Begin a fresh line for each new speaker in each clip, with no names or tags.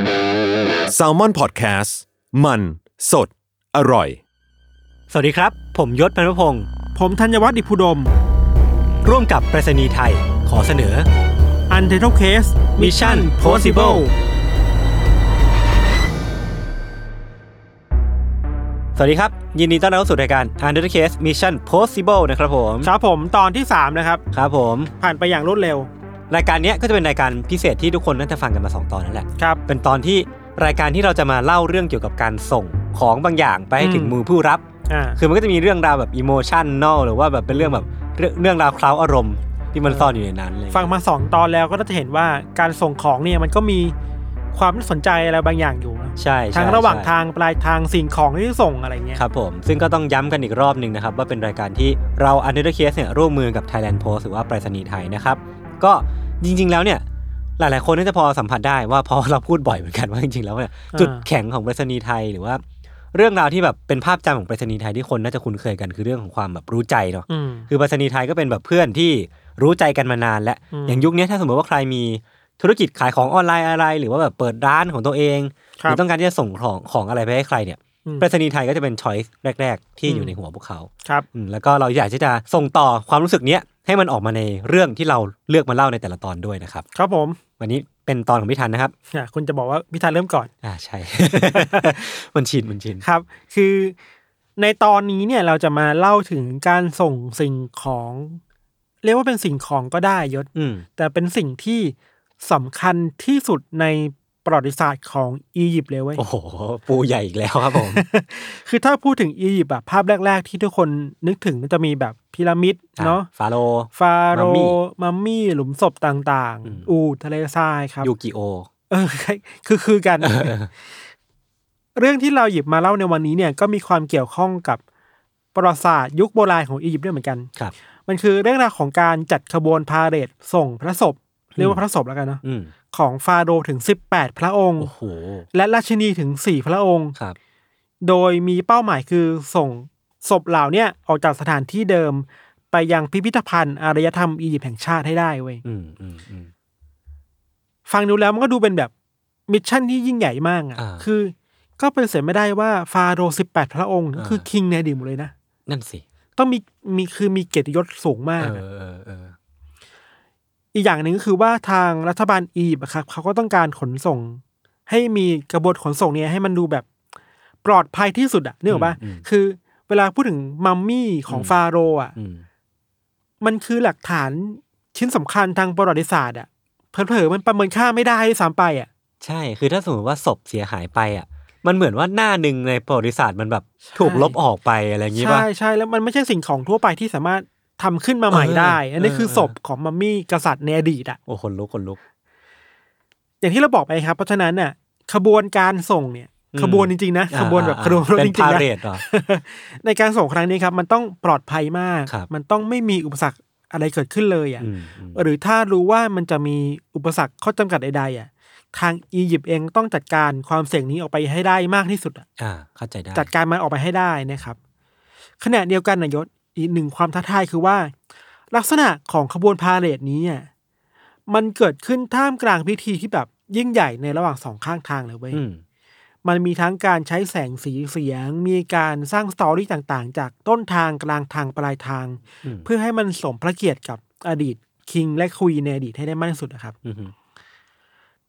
s a l ม o n PODCAST มันสดอร่อย
สวัสดีครับ ผมยศพันพงศ์
ผมธัญวัฒน์อิพุดม
ร่วมกับไปรษณีย์ไทย ขอเสนอ
u n t i t l e Case
Mission Possible สวัสดีครับ ยินดีต้อนรับเข้าสู่รายการ Under the Case Mission Possible นะครับผม
ครับผมตอนที่ 3 นะครับ
ครับผม
ผ่านไปอย่างรวดเร็ว
รายการเนี้ยก็จะเป็นรายการพิเศษที่ทุกคนน่าจะฟังกันมา 2 ตอนนั่นแหละ
ครับ
เป็นตอนที่รายการที่เราจะมาเล่าเรื่องเกี่ยวกับการส่งของบางอย่างไปให้
อืม
ถึงมือผู้รับ
อ่า
คือมันก็จะมีเรื่องราวแบบอิโมชันแนลหรือว่าแบบเป็นเรื่องแบบเรื่องเรื่องราวเคล้าอารมณ์ที่มันซ่อนอยู่ในนั้นอะไรอย่าง
ฟัง
เงี้ย
มา 2 ตอนแล้วก็จะเห็นว่าการส่งของเนี่ยมันก็มีความน่าสนใจอะไรบางอย่างอยู่นะ
ใช่ใช่
ทั้งระหว่าง
ใช่
ทางปลายทางสิ่งของที่ส่งอะไรเงี้ย
ครับผมซึ่งก็ต้องย้ำกันอีกรอบหนึ่งนะครับ ว่าเป็นรายการที่เรา u n d e r c a s e เนี่ยร่วมมือกับ Thailand Post หรือว่าไปรษณีย์ไทยนะครับ ก็จริง ๆ แล้วเนี่ยหลาย ๆ คนน่าจะพอสัมผัสได้ว่า พอเราพูดบ่อยเหมือนกันว่าจริง ๆ แล้วเนี่ยจุดแข็งของไปรษณีย์ไทยหรือว่า เรื่องราวที่แบบเป็นภาพจำของไปรษณีย์ไทยที่คนน่าจะคุ้นเคยกันคือเรื่องของความแบบรู้ใจเนาะ
อืม
คือไปรษณีย์ไทยก็เป็นแบบเพื่อนที่รู้ใจกันมานานและ
อืม
อย่างยุคเนี้ยถ้าสมมติว่าใครมีธุรกิจขายของออนไลน์อะไร หรือว่าแบบเปิดร้านของตัวเองห
ครั
รื
บ
อต้องการที่จะส่งของของอะไรไปให้ใครเนี่ย
อืม
ไปรษณีย์ไทยก็จะเป็นช้อยส์แรก ๆ ที่
อืม
อยู่ในหัวพวกเขา
ครับ
อืมแล้วก็เราอยากที่จะส่งต่อความรู้สึกเนี้ยให้มันออกมาในเรื่องที่เราเลือกมาเล่าในแต่ละตอนด้วยนะครับ
ครับผม
วันนี้เป็นตอนของพี่ทันนะครับ
อ่ะคุณจะบอกว่าพิธานเริ่มก่อน
อ่าใช่ มันชินมันชิน
ครับ คือในตอนนี้เนี่ยเราจะมาเล่าถึงการส่งสิ่งของ เรียกว่าเป็นสิ่งของก็ได้ยศ
อืม
แต่เป็นสิ่งที่สำคัญที่สุดในประวัติศาสตร์ของอียิปต์เลยเว้ย
โอ้โห ปูใหญ่อีกแล้วครับผม
คือถ้าพูดถึงอียิปต์อะภาพแรก ๆ ที่ทุกคนนึกถึงจะมีแบบพีระมิดเนาะ
อ่ฟาโรห์
ฟาโร
มัมมี่
ห์มัมมี่ หลุมศพต่าง
อืม
ๆ อูทะเลทรายครับ
ยูกิโอ
เออ คือคือกัน เรื่องที่เราหยิบมาเล่าในวันนี้เนี่ยก็มีความเกี่ยวข้องกับประวัติศาสตร์ยุคโบราณของอียิปต์ด้วยเหมือนกัน
ครับ
มันคือเรื่องราวของการจัดขบวนพาเหรดส่งพระศพ เรียกว่าพระศพแล้วกันเนาะ
อืม
ของฟาโรห์ถึง 18 พระองค์
โอ้โห
และราชินีถึง 4 พระองค์
ครับ
โดยมีเป้าหมายคือส่งศพเหล่าเนี่ยออกจากสถานที่เดิม ไปยังพิพิธภัณฑ์อารยธรรมอียิปต์แห่งชาติให้ได้เว้ย
อืมอืมอืม
ฟังดูแล้วมันก็ดูเป็นแบบมิชชั่นที่ยิ่งใหญ่มาก
อ่า
อะ่ะ คือ ก็เป็นเสียไม่ได้ว่าฟาโรห์สิบแปดพระองค์
อ่า
คือคิงในอดีตหมดเลยนะ
นั่นสิ
ต้องมีมีคือมีเกียรติยศสูงมาก
เอ
อะ
อเออเออ
อีกอย่างหนึ่งก็คือว่าทางรัฐบาลอียิปต์อะครับเขาก็ต้องการขนส่ง ให้มีกระบวนขนส่งเนี้ยให้มันดูแบบปลอดภัยที่สุดอะ่ะนึกออกปะคือเวลาพูดถึงมัมมี่ของฟาโรห์อ่ะ
อืม
มันคือหลักฐานชิ้นสำคัญทางประวัติศาสตร์อ่ะเผลอๆมันประเมินค่าไม่ได้ด้วยซ้ำไปอ่ะ
ใช่คือถ้าสมมติว่าศพเสียหายไปอ่ะ มันเหมือนว่าหน้าหนึ่งในประวัติศาสตร์มันแบบถูกลบออกไปอะไรอย่างงี้ป่ะ
ใช่ใช่แล้วมันไม่ใช่สิ่งของทั่วไปที่สามารถทำขึ้นมาใหม่
เออ
ได้ อันนี้
เออ
คือศพของมัมมี่กษัตริย์ในอดีตอ่ะ
โอ้คนลุกคนลุก
อย่างที่เราบอกไปครับ เพราะฉะนั้นน่ะ ขบวนการส่งเนี่ย
อืม
ขบวนจริงๆนะขบวนแบบ
อ่า
ขบวนรถ
เป็
จ
น
ริ
พาง
ๆนะ
เรดเหรอ
ในการส่งครั้งนี้ครับ มันต้องปลอดภัยมาก
ครับ
มันต้องไม่มีอุปสรรคอะไรเกิดขึ้นเลยอ่ะ
อืมอืม
หรือถ้ารู้ว่ามันจะมีอุปสรรคข้อจำกัดใดๆอ่ะทางอียิปต์เองต้องจัดการความเสี่ยงนี้ออกไปให้ได้มากที่สุดอ่ะ
อ่าเข้าใจได้
จัดการมันออกไปให้ได้นะครับขณะเดียวกันนายศอีกหนึ่งความท้าทายคือว่า ลักษณะของขบวนพาเหรดนี้อ่ะมันเกิดขึ้นท่ามกลางพิธีที่แบบยิ่งใหญ่ในระหว่างสองข้างทางเลยเว้ย
อืม
มันมีทั้งการใช้แสงสีเสียง มีการสร้างสตอรี่ต่างๆ จากต้นทางกลางทางปลายทาง
อืม
เพื่อให้มันสมพระเกียรติกับอดีตคิงและควีนในอดีตให้ได้มากที่สุดนะครับ
อืมอืม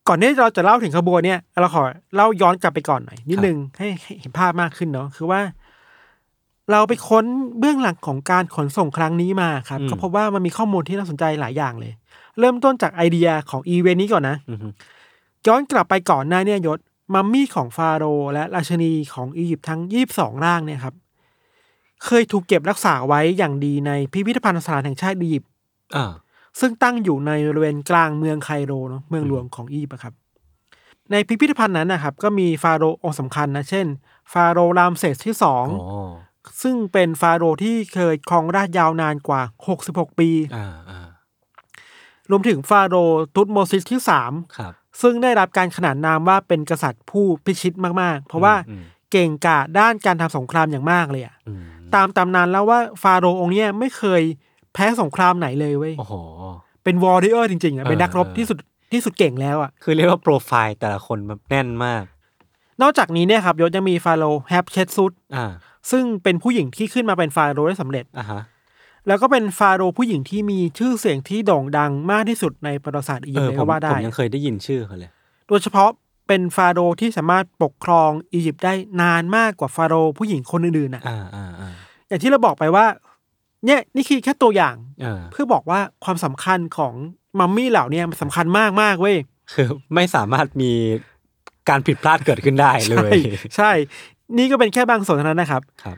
ก่อนที่เราจะเล่าถึงขบวนเนี่ยเราขอเล่าย้อนกลับไปก่อนหน่อย นิดนึงให้ให้เห็นภาพมากขึ้นเนาะคือว่า เราไปค้นเบื้องหลังของการขนส่งครั้งนี้มาครับ
อืม
ก็พบว่ามันมีข้อมูลที่น่าสนใจหลายอย่างเลย เริ่มต้นจากไอเดียของอีเวนต์นี้ก่อนนะ
อืมอืม
ย้อนกลับไปก่อนหน้าเนี่ยยศมัมมี่ของฟาโรห์และราชนีของอียิปต์ทั้งยี่สิบสองร่างเนี่ยครับ เคยถูกเก็บรักษาไว้อย่างดีในพิพิธภัณฑ์สถานแห่งชาติอียิปต์
อ่า
ซึ่งตั้งอยู่ในบริเวณกลางเมืองไคโรเนาะเมืองหลวงของอียิปต์อะครับ ในพิพิธภัณฑ์นั้นนะครับ ก็มีฟาโรห์องค์สำคัญนะ เช่น ฟาโรห์รามเซสที่สอง
อ๋อ
ซึ่งเป็นฟาโรห์ที่เคยครองราชยาวนานกว่า 66 ปี
อ่าอ่าร
วมถึงฟาโรห์ตุตโมซิสที่สาม
ครับ
ซึ่งได้รับการขนานนามว่าเป็นกษัตริย์ผู้พิชิตมาก ๆ เพราะว่า
อืม
เก่งกาจด้านการทำสงครามอย่างมากเลยอะ
อืม
ตามตำนานแล้วว่าฟาโรห์องค์เนี้ยไม่เคยแพ้สงครามไหนเลยเว้ย
โอ้โห
เป็นวอร์ริเออร์จริง ๆอะเป็นนักรบ
เออ
ที่สุด ที่สุดเก่งแล้วอ่ะ
คือเรียกว่าโปรไฟล์แต่ละคนแบบแน่นมาก
นอกจากนี้เนี่ยครับยศยังมีฟาโรห์แฮปเชตซุด
อ่า
ซึ่งเป็นผู้หญิงที่ขึ้นมาเป็นฟาโรห์ได้สำเร็จ
อ่าฮะ
แล้วก็เป็นฟาโรห์ผู้หญิงที่มีชื่อเสียงที่โด่งดังมากที่สุดในประวัติศาสตร์อียิ
เออ
ปต์เลย
ผ
ก็
ม
ว่า
ผ
ได้
มยังเคยได้ยินชื่อเขาเลย
โดยเฉพาะเป็นฟาโรห์ที่สามารถปกครองอียิปต์ได้นานมากกว่าฟาโรห์ผู้หญิงคนอื่นๆนะ
อ่าอ่าอ่า
อย่างที่เราบอกไปว่า เนี่ยนี่คือแค่ตัวอย่าง
เออ
เพื่อบอกว่าความสำคัญของมัมมี่เหล่าเนี้มันสำคัญมากมากๆเว้ย
คือ ไม่สามารถมีการผิดพลาดเกิดขึ้นได้เล
ใช่
ย
ใช่ นี่ก็เป็นแค่บางส่วนเท่านั้นนะครับ
ครับ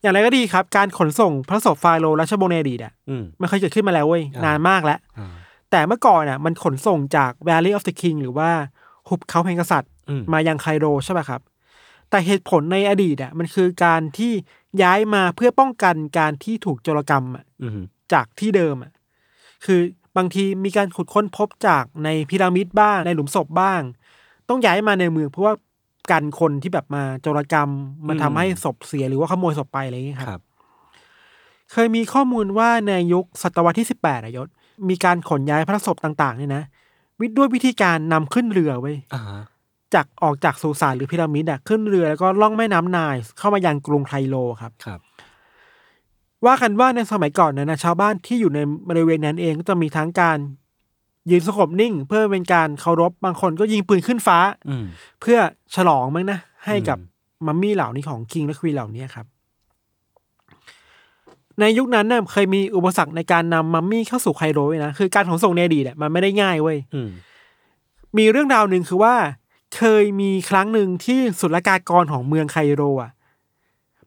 อย่างไรก็ดีครับ การขนส่งพระศพฟาโรห์ราชวงศ์ในอดีตอ่ะ
อืม
มันเคยเกิดขึ้นมาแล้วเว้ย
อ่าน
นานมากแล้ว
อ่า
แต่เมื่อก่อนน่ะมันขนส่งจาก Valley of the King หรือว่าหุบเขาแห่งกษัตริย์
อืม
มายังไคโรใช่ป่ะครับ แต่เหตุผลในอดีตอ่ะมันคือการที่ย้ายมาเพื่อป้องกันการที่ถูกโจรกรรมอ่ะ
อืม
จากที่เดิมอ่ะคือบางทีมีการขุดค้นพบจากในพีระมิดบ้าง ในหลุมศพบ้าง ต้องย้ายมาในเมืองเพราะว่ากันคนที่แบบมาโจรกรรมมาทำให้ศพเสียหรือว่าขโมยศพไปอะไรอย่างเงี้ยครับ
ครับ
เคยมีข้อมูลว่าในยุคศตวรรษที่ 18อะยศ มีการขนย้ายพระศพต่างๆเนี่ยนะวิด้วยวิธีการนำขึ้นเรือไว้ย
อ่าฮะ
จากออกจากสุสานหรือพีระมิดอะขึ้นเรือแล้วก็ล่องแม่น้ำไนายเข้ามายังกรุงไคโรครับ
ครับ
ว่ากันว่าในสมัยก่อนนะนะชาวบ้านที่อยู่ในบริเวณนั้นเองก็จะมีทั้งการ ยืนสงบนิ่ง เพื่อเป็นการเคารพบางคนก็ยิงปืนขึ้นฟ้า
อืม
เพื่อฉลองมั้งนะให้กับ
อืม
มัมมี่เหล่านี้ของคิงและควีนเหล่านี้ครับ ในยุคนั้นน่ะเคยมีอุปสรรคในการนำมัมมี่เข้าสู่ไคโรด้วยนะคือการขนส่งในอดีตเนี่ยมันไม่ได้ง่ายเว้ย
อืม
มีเรื่องราวหนึ่งคือว่า เคยมีครั้งหนึ่งที่ศุลกากรของเมืองไคโรอ่ะ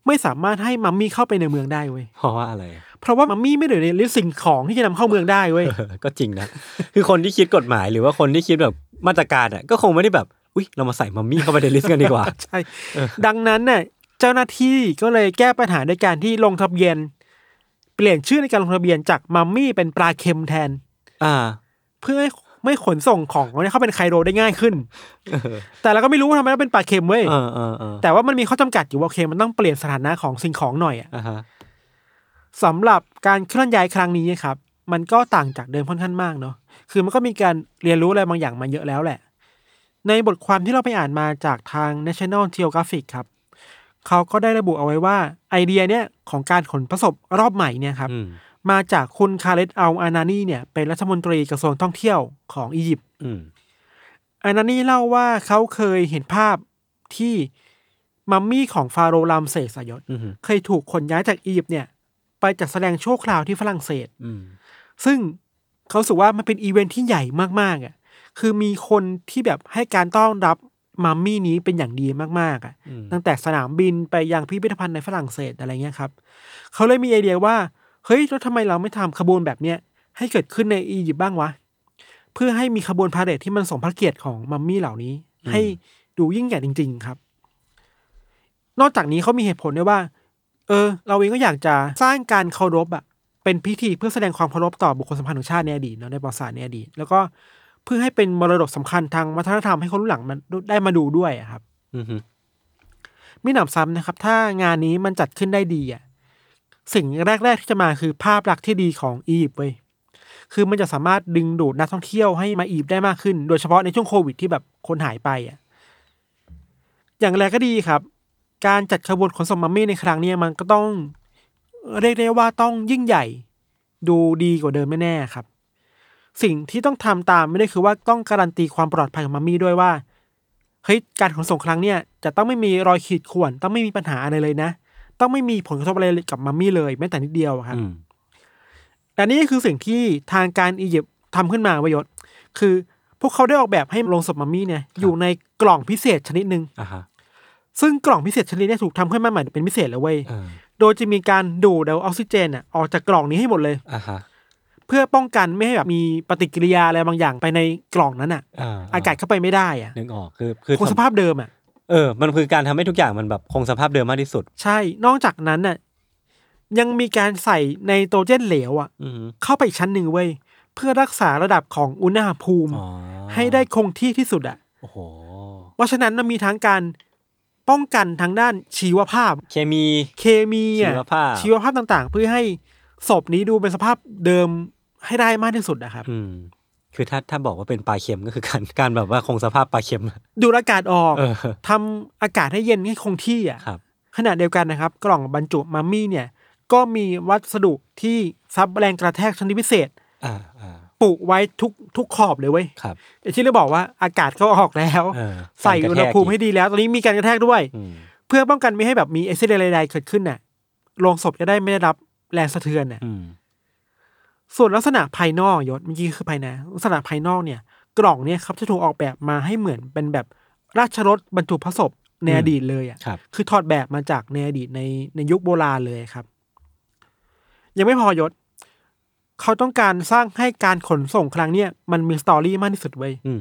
ไม่สามารถให้มัมมี่เข้าไปในเมืองได้เว้ย
เพราะว่าอะไร อะ
เพราะว่ามัมมี่ไม่ได้อยู่ในลิสต์สิ่งของที่จะนำเข้าเมืองได้เว้ย
เออก็จริงนะ คือคนที่คิดกฎหมายหรือว่าคนที่คิดแบบมาตรการอ่ะก็คงไม่ได้แบบอุ้ยเรามาใส่มัมมี่เข้าไปในลิสต์กันดี กว่า
ใช่ดังนั้นน่ะเจ้าหน้าที่ก็เลยแก้ปัญหาด้วยการที่ลงทะเบียน เปลี่ยนชื่อในการลงทะเบียนจากมัมมี่เป็นปลาเค็มแทน
อ่า
เพื่อให้ไม่ขนส่งของเนี่ยเข้าเป็นไคโรได้ง่ายขึ้น แต่เราก็ไม่รู้ว่าทำไมต้องเป็นปลาเค็มเว้ย
เออเออเออ
แต่ว่ามันมีข้อจำกัดอยู่ว่าโอเคมันต้องเปลี่ยนสถานะของสิ่งของหน่อยอะ
อ่าฮะ
สำหรับการเคลื่อนย้ายครั้งนี้ครับ มันก็ต่างจากเดิมค่อนข้างมากเนาะคือมันก็มีการเรียนรู้อะไรบางอย่างมาเยอะแล้วแหละ ในบทความที่เราไปอ่านมาจากทาง National Geographic ครับ เขาก็ได้ระบุเอาไว้ว่าไอเดียเนี่ยของการขนประสบรอบใหม่เนี่ยครับ
อืม
มาจากคุณคาเลตอัลอานานีเนี่ยเป็นรัฐมนตรีกระทรวงท่องเที่ยวของอียิปต์
อืม
อานานีเล่าว่าเขาเคยเห็นภาพที่มัมมี่ของฟาโรห์รามเสสอะยศ
อืม
เคยถูกขนย้ายจากอียิปต์เนี่ย ไปจัดแสดงชั่วคราวที่ฝรั่งเศส
อืม
ซึ่งเขารู้สึกว่ามันเป็นอีเวนท์ที่ใหญ่มากๆอ่ะคือมีคนที่แบบให้การต้อนรับมัมมี่นี้เป็นอย่างดีมากๆอ่ะ
อืม
ตั้งแต่สนามบินไปยังพิพิธภัณฑ์ในฝรั่งเศสอะไรเงี้ยครับ เขาเลยมีไอเดียว่า เฮ้ย แล้วทำไมเราไม่ทำขบวนแบบเนี้ยให้เกิดขึ้นในอียิปต์บ้างวะ เพื่อให้มีขบวนพาเหรดที่มันสมพระเกียรติของมัมมี่เหล่านี้ ให้ดูยิ่งใหญ่จริง ๆ ครับ นอกจากนี้เขามีเหตุผลด้วยว่า เออ เราเองก็อยากจะสร้างการเคารพอะเป็นพิธีเพื่อแสดงความเคารพต่อบุคคลสำคัญของชาติในอดีตเนาะในประวัติศาสตร์ในอดีต แล้วก็เพื่อให้เป็นมรดกสำคัญทางวัฒนธรรมให้คนรุ่นหลังมันได้มาดูด้วยอะครับ
อืม
มิหนำซ้ำนะครับ ถ้างานนี้มันจัดขึ้นได้ดีอ่ะสิ่งแรก ๆ ที่จะมาคือภาพลักษณ์ที่ดีของอียิปต์เว้ยคือมันจะสามารถดึงดูดนักท่องเที่ยวให้มาอียิปต์ได้มากขึ้น โดยเฉพาะในช่วงโควิดที่แบบคนหายไปอ่ะอย่างไรก็ดีครับ การจัดขบวนขนส่งมัมมี่ในครั้งเนี้ยมันก็ต้อง เรียกได้ว่าต้องยิ่งใหญ่ ดูดีกว่าเดิมแน่ๆครับ สิ่งที่ต้องทำตามไม่ได้คือว่าต้องการันตีความปลอดภัยของมัมมี่ด้วยว่า เฮ้ยการขนส่งครั้งเนี่ยจะต้องไม่มีรอยขีดข่วน ต้องไม่มีปัญหาอะไรเลยนะ ต้องไม่มีผลกระทบอะไรกับมัมมี่เลยแม้แต่นิดเดียวอะครับ
อืม
และนี่คือสิ่งที่ทางการอียิปต์ทำขึ้นมาประยศคือพวกเขาได้ออกแบบให้โลงศพมัมมี่เนี่ยอยู่ในกล่องพิเศษชนิดหนึ่ง
อ่าฮะ
ซึ่งกล่องพิเศษชนิดเนี้ถูกทำขึ้นมาใหม่เป็นพิเศษเลยเว้ย
เออ
โดยจะมีการดูดเอาออกซิเจนอะออกจากกล่องนี้ให้หมดเลย
อ่าฮะ
เพื่อป้องกันไม่ให้แบบมีปฏิกิริยาอะไรบางอย่างไปในกล่องนั้นอะ
อ่า
อากาศเข้าไปไม่ได้อะ
นึกออกคือคือ
คงสภาพเดิมอะ
เออมันคือการทำให้ทุกอย่างมันแบบคงสภาพเดิมมากที่สุด
ใช่ นอกจากนั้นน่ะยังมีการใส่ในโตรเจนเหลวอ่ะ
อืม
เข้าไปอีกชั้นหนึ่งเว้ย เพื่อรักษาระดับของอุณหภูมิ
อ๋อ
ให้ได้คงที่ที่สุดอ่ะ
โอ้โห
เพราะฉะนั้นมันมีทั้งการป้องกันทางด้านชีวภาพ
เคมี
เคมีอะ
ชีวภาพ
ชีวภาพต่างๆ เพื่อให้ศพนี้ดูเป็นสภาพเดิมให้ได้มากที่สุดนะครับ
อืม คือถ้าถ้าบอกว่าเป็นปลาเค็มก็คือการการแบบว่าคงสภาพปลาเค็ม อะ
ดูดอากาศออก
เออ
ทำอากาศให้เย็นให้คงที่อ่ะ
ครับ
ขณะเดียวกันนะครับ กล่องบรรจุมัมมี่เนี่ย ก็มีวัสดุที่ซับแรงกระแทกชนิดพิเศษ
อ่าอ่า
ปลูกไว้ทุกทุกขอบเลยเว้ย
ครับ
อย่างที่เราบอกว่าอากาศก็ออกแล้ว
เออ
ใส่
การก
อุ
ระ
ณ
แท
ห
ก
ภูมิให้ดีแล้ว ตอนนี้มีการกระแทกด้วย
อืม
เพื่อป้องกันไม่ให้แบบมีเอซิเดใดๆเกิดขึ้นน่ะโรงศพจะได้ไม่ได้รับแรงสะเทือนน่ะ
อืม
ส่วนลักษณะภายนอกยศเมื่อกี้คือภายในลักษณะภายนอกเนี่ย กล่องเนี่ยครับจะถูกออกแบบมาให้เหมือนเป็นแบบราชรถบรรจุพระศพในอดีตเลยอ่ะ
ครับ
คือถอดแบบมาจากในอดีตในในยุคโบราณเลยครับ ยังไม่พอยศ เขาต้องการสร้างให้การขนส่งครั้งเนี้ยมันมีสตอรี่มากที่สุดเว้ย
อืม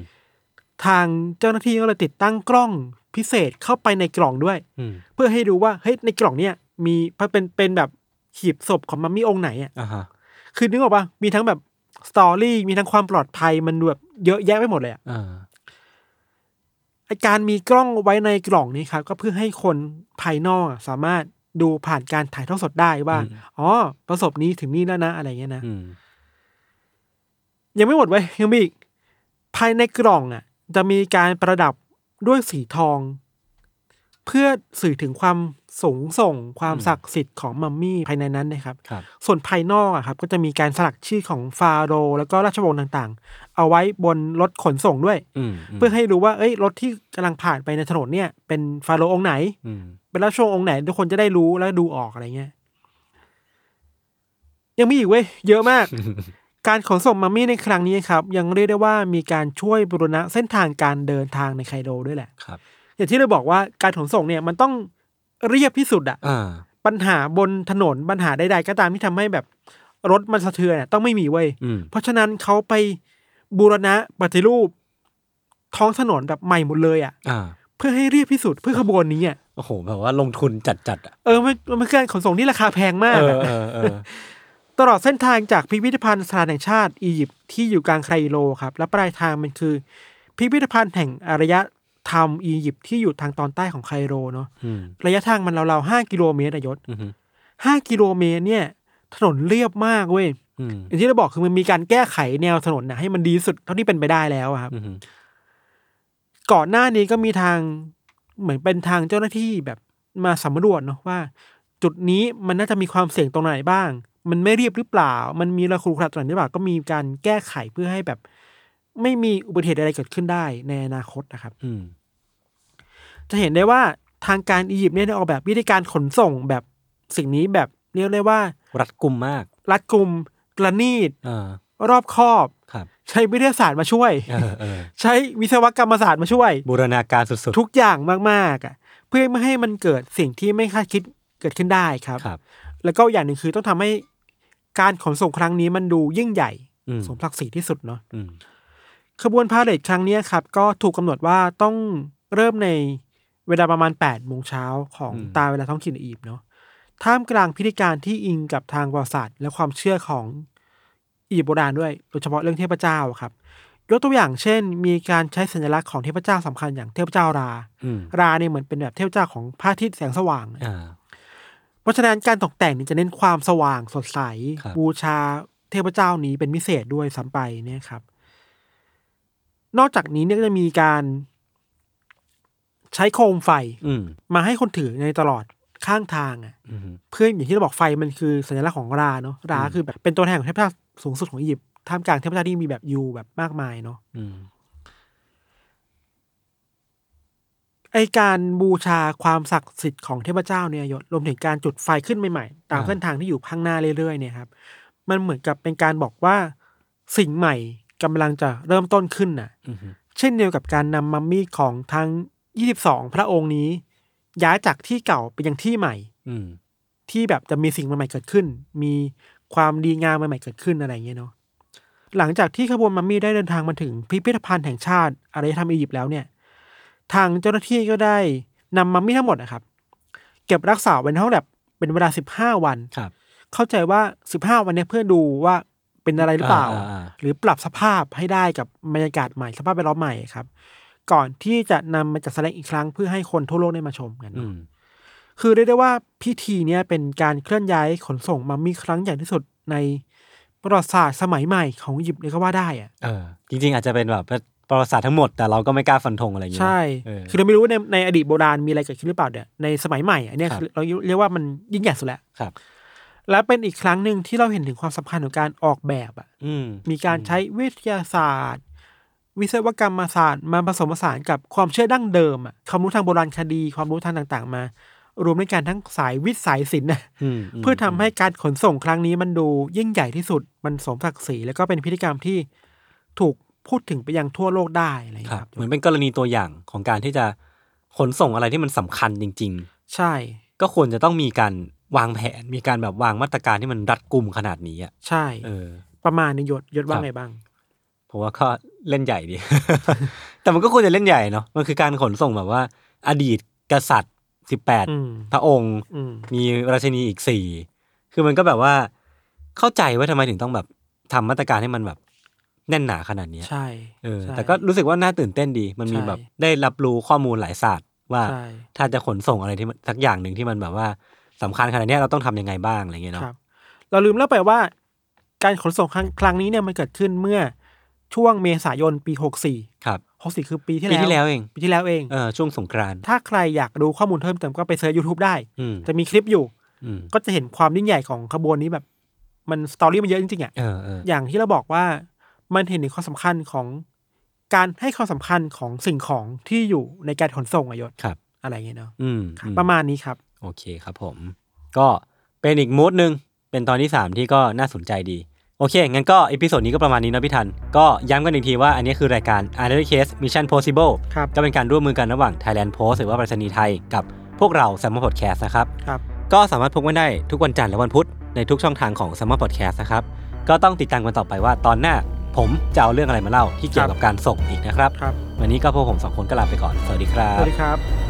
ทางเจ้าหน้าที่ก็เลยติดตั้งกล้องพิเศษเข้าไปในกล่องด้วย
อืม
เพื่อให้ดูว่าเฮ้ยในกล่องเนี้ยมีเป็นเป็นแบบหีบศพของมัมมี่องค์ไหนอ่ะ
อ่าฮะ
คือนึกออกปะมีทั้งแบบสตอรี่มีทั้งความปลอดภัยมันดูแบบเยอะแยะไปหมดเลยอะ
อ่า
ไอ้การมีกล้องไว้ในกล่องนี้ครับ ก็เพื่อให้คนภายนอกอะสามารถดูผ่านการถ่ายทอดสดได้ว่า อ๋อ ประสบนี้ถึงนี่แล้วนะ อะไรเงี้ยนะ
อืม
ยังไม่หมดไว้ยยังมีอีก ภายในกล่องอ่ะ จะมีการประดับด้วยสีทอง เพื่อสื่อถึงความสูงส่งความศักดิ์สิทธิ์ของมัมมี่ภายในนั้นนะครับ
ครับ
ส่วนภายนอกอะครับ ก็จะมีการสลักชื่อของฟาโรห์แล้วก็ราชวงศ์ต่างๆ เอาไว้บนรถขนส่งด้วย
อืม
เพื่อให้รู้ว่า เอ้ย รถที่กำลังผ่านไปในถนนเนี่ย เป็นฟาโรห์องค์ไหน
อืม
เป็นราชวงศ์องค์ไหน ทุกคนจะได้รู้แล้วดูออกอะไรเงี้ย ยังมีอีกเว้ย เยอะมาก การขนส่งมัมมี่ในครั้งนี้ครับ ยังเรียกได้ว่ามีการช่วยบรุรณะเส้นทางการเดินทางในไคโดด้วยแหละ
ครับ
อย่างที่เราบอกว่าการขนส่งเนี่ยมันต้องเรียบที่สุดอะ
อ่า
ปัญหาบนถนนปัญหาใดๆก็ตามที่ทำให้แบบรถมันสะเทือนอะต้องไม่มีเว้ย
อืม
เพราะฉะนั้นเขาไปบูรณะปฏิรูป ท้องถนนแบบใหม่หมดเลยอะ่ะ
อ่า
เพื่อให้เรียบที่สุดเพื่อขบวนนี้อะ่ะ
โอ้โหแบบว่าลงทุนจัดจัดๆอะ
เออมันมันเป็นการขนส่งที่ราคาแพงมาก
เออ
อะ
เออเออ
ตลอดเส้นทางจากพิพิธภัณฑ์สถานแห่งชาติอียิปต์ที่อยู่กลางไคโรครับ และปลายทางมันคือ พิพิธภัณฑ์แห่งอารยธรรมอียิปต์ที่อยู่ทางตอนใต้ของไคโรเนาะ
อืม
ระยะทางมันราวๆห้ากิโลเมตรอะยศ
อืม
ห้ากิโลเมตรเนี่ย ถนนเรียบมากเว้ย
อืม
อย่างที่เราบอกคือมันมีการแก้ไขแนวถนนนะให้มันดีที่สุดเท่าที่เป็นไปได้แล้วอะครับ
อืม
ก่อนหน้านี้ก็มีทางเหมือนเป็นทางเจ้าหน้าที่แบบมาสำรวจเนาะว่า จุดนี้มันน่าจะมีความเสี่ยงตรงไหนบ้าง มันไม่เรียบหรือเปล่า มันมีระครุขระตรงไหนหรือเปล่าก็มีการแก้ไขเพื่อให้แบบ ไม่มีอุบัติเหตุอะไรเกิดขึ้นได้ในอนาคตนะครับ
อืม
จะเห็นได้ว่าทางการอียิปต์เนี่ยได้ออกแบบวิธีการขนส่งแบบสิ่งนี้แบบเรียกได้ว่า
รัดกุมมาก
รัดกุมกระนีด
อ่าร
อบคอบ
ครับ
ใช้วิทยาศาสตร์มาช่วย
เออเออ
ใช้วิศวกรรมศาสตร์มาช่วย
บูรณาการสุด
ทุกอย่างมากๆอ่ะเพื่อไม่ให้มันเกิดสิ่งที่ไม่คาดคิดเกิดขึ้นได้ครับ
ๆครับ
แล้วก็อย่างหนึ่งคือต้องทำให้การขนส่งครั้งนี้มันดูยิ่งใหญ่
อืม
สมศักดิ์ศรีที่สุดเนาะ
อืม
ขบวนพาเหรดครั้งเนี้ยครับ ก็ถูกกำหนดว่าต้องเริ่มในเวลาประมาณ8ปดโมงเช้าของตามเวลาท้องถิ่นอียิปต์เนาะท่ามกลางพิธีการที่อิงกับทางประวัติศาสตร์และความเชื่อของอียิปต์โบราณด้วยโดยเฉพาะเรื่องเทพเจ้าครับยกตัวอย่างเช่น มีการใช้สัญลักษณ์ของเทพเจ้าสำคัญอย่างเทพเจ้ารา
อืม
ราเนี่ยเหมือนเป็นแบบเทพเจ้าของพระอาทิตย์แสงสว่าง
อ่า
เพราะฉะนั้นการตกแต่งเนี่ยจะเน้นความสว่างสดใส
ครับ
บูชาเทพเจ้านี้เป็นพิเศษด้วยซ้ำไปเนี่ยครับ นอกจากนี้เนี่ยก็จะมีการใช้โคมไฟ
อืม
มาให้คนถือในตลอดข้างทางอ่ะ
อืม
เพื่อนอย่างที่เราบอกไฟมันคือสัญลักษณ์ของราเนาะราคือแบบเป็นตัวแทนของเทพเจ้าสูงสุดของอียิปต์ท่ามกลางเทพเจ้าที่มีแบบยูแบบมากมายเนาะ
อืม
ไอการบูชาความศักดิ์สิทธิ์ของเทพเจ้าเนี่ยยศรวมถึงการจุดไฟขึ้นใหม่ๆ ตาม
อ่า
เส้นทางที่อยู่ข้างหน้าเรื่อยๆเนี่ยครับ มันเหมือนกับเป็นการบอกว่าสิ่งใหม่กำลังจะเริ่มต้นขึ้นน่ะ
อืม
เช่นเดียวกับการนำมัมมี่ของทั้ง 22 พระองค์นี้ ย้ายจากที่เก่าไปยังที่ใหม่
อืม
ที่แบบจะมีสิ่งใหม่ๆเกิดขึ้น มีความดีงามใหม่ๆเกิดขึ้นอะไรอย่างเงี้ยเนาะ หลังจากที่ขบวนมัมมี่ได้เดินทางมาถึงพิพิธภัณฑ์แห่งชาติอารยธรรมอียิปต์แล้วเนี่ย ทางเจ้าหน้าที่ก็ได้นำมัมมี่ทั้งหมดนะครับ เก็บรักษาไว้ในห้องแลบเป็นเวลาสิบห้าวัน
ครับ
เข้าใจว่าสิบห้าวันเนี่ยเพื่อดูว่าเป็นอะไรหรือเปล่า
อ่าอ่าอ่า
หรือปรับสภาพให้ได้กับบรรยากาศใหม่สภาพแวดล้อมใหม่ครับ ก่อนที่จะนำมาจัดแสดงอีกครั้งเพื่อให้คนทั่วโลกได้มาชมกันเนาะ
อืม
คือเรียกได้ว่าพิธีเนี้ยเป็นการเคลื่อนย้ายขนส่งมัมมี่ครั้งใหญ่ที่สุดใน ประวัติศาสตร์สมัยใหม่ของอียิปต์เลยก็ว่าได้อะ
เออจริง ๆ อาจจะเป็นแบบประวัติศาสตร์ทั้งหมดแต่เราก็ไม่กล้าฟันธงอะไรอย่างเงี้ย
ใช่
เออ
คือเราไม่รู้ว่าในในอดีตโบราณมีอะไรเกิดขึ้นหรือเปล่าเนี่ยในสมัยใหม่อันเนี้ย
ครับ
เราเรียกว่ามันยิ่งใหญ่สุดแล้ว
ครับ
และเป็นอีกครั้งหนึ่งที่เราเห็นถึงความสำคัญของการออกแบบอะ
อืม
มีการใช้วิทยาศาสตร์ วิศวกรรมศาสตร์มาผสมผสานกับความเชื่อดั้งเดิมอะความรู้ทางโบราณคดี ความรู้ทางต่างๆ มา รวมในการทั้งสายวิทย์สายศิลป์นะ
อืม
เพื่อทำให้การขนส่งครั้งนี้มันดูยิ่งใหญ่ที่สุด มันสมศักดิ์ศรีแล้วก็เป็นพิธีกรรมที่ถูกพูดถึงไปยังทั่วโลกได้อะไรอย่า
ค
ง
รับ
เงี้ยครับ
เหมือนเป็นกรณีตัวอย่างของการที่จะขนส่งอะไรที่มันสำคัญจริง
ใช่
ๆ ก็ควรจะต้องมีการวางแผน มีการแบบวางมาตรการที่มันรัดกุมขนาดนี้อ่ะ
ใช่
เออ
ประมาณนี้ยศยศ
ค
ว่า
รับ
ไงบ้าง
ผมว่าก็เล่นใหญ่ดี แต่มันก็ควรจะเล่นใหญ่เนาะ มันคือการขนส่งแบบว่า อดีตกษัตริย์สิบแปด
อืม
พระองค์
อืม
มีราชินีอีกสี่ คือมันก็แบบว่าเข้าใจว่าทำไมถึงต้องแบบทำมาตรการให้มันแบบแน่นหนาขนาดเนี้ย
ใช่
เออ
ใช่
แต่ก็รู้สึกว่าน่าตื่นเต้นดี มันมี
ใช่
แบบได้รับรู้ข้อมูลหลายศาสตร์ว่า
ใช่
ถ้าจะขนส่งอะไรที่มันสักอย่างหนึ่งที่มันแบบว่าสำคัญขนาดเนี้ยเราต้องทำยังไงบ้างอะไรเงี้ย
ค
เนาะ
รับ เราลืมเล่าไปว่า การขนส่งครั้งครั้งนี้เนี่ยมันเกิดขึ้นเมื่อช่วงเมษายนปีหกสี่
ครับ
หกสี่คือปีที่
ปีที่แล้วเอง
ปีที่แล้วเอง
เออช่วงสงกรานต์
ถ้าใครอยากดูข้อมูลเพิ่มเติมก็ไปเซิร์ช YouTube ได้
อืม
จะมีคลิปอยู่
อืม
ก็จะเห็นความยิ่งใหญ่ของขบวนนี้แบบ มันสตอรี่มันเยอะจริงๆอ่ะ
เออเออ
อย่างที่เราบอกว่ามันเห็นถึงความสำคัญของการให้ความสำคัญของสิ่งของที่อยู่ในการขนส่งอะยศ
ครับ
อะไรอย่างเงี้ยเนาะ
อืม
ครับ
อืม
ประมาณนี้ครับ
โอเคครับผม ก็เป็นอีกมูดหนึ่งเป็นตอนที่ 3 ที่ก็น่าสนใจดี โอเค งั้นก็อีพิโซดนี้ก็ประมาณนี้เนาะพี่ทัน ก็ย้ำกันอีกทีว่าอันนี้คือรายการ a n o t h e r Case Mission Possible
ครับ
ก็เป็นการร่วมมือกันระหว่าง Thailand Post หรือว่าไปรษณีย์ไทยกับพวกเรา s ซ m m e r Podcast นะครับ
ครับ
ก็สามารถพบกันได้ทุกวันจันทร์และวันพุธ ในทุกช่องทางของ s ซ m m e r Podcast นะครับ ก็ต้องติดตามกันต่อไปว่าตอนหน้าผมจะเอาเรื่องอะไรมาเล่าที่เกี่ยวกับการส่งอีกนะครับ
ครับ
วันนี้ก็พวกผมสองคนก็ลาไปก่อน สวัสดีครั
สวั
บ
สดีครับ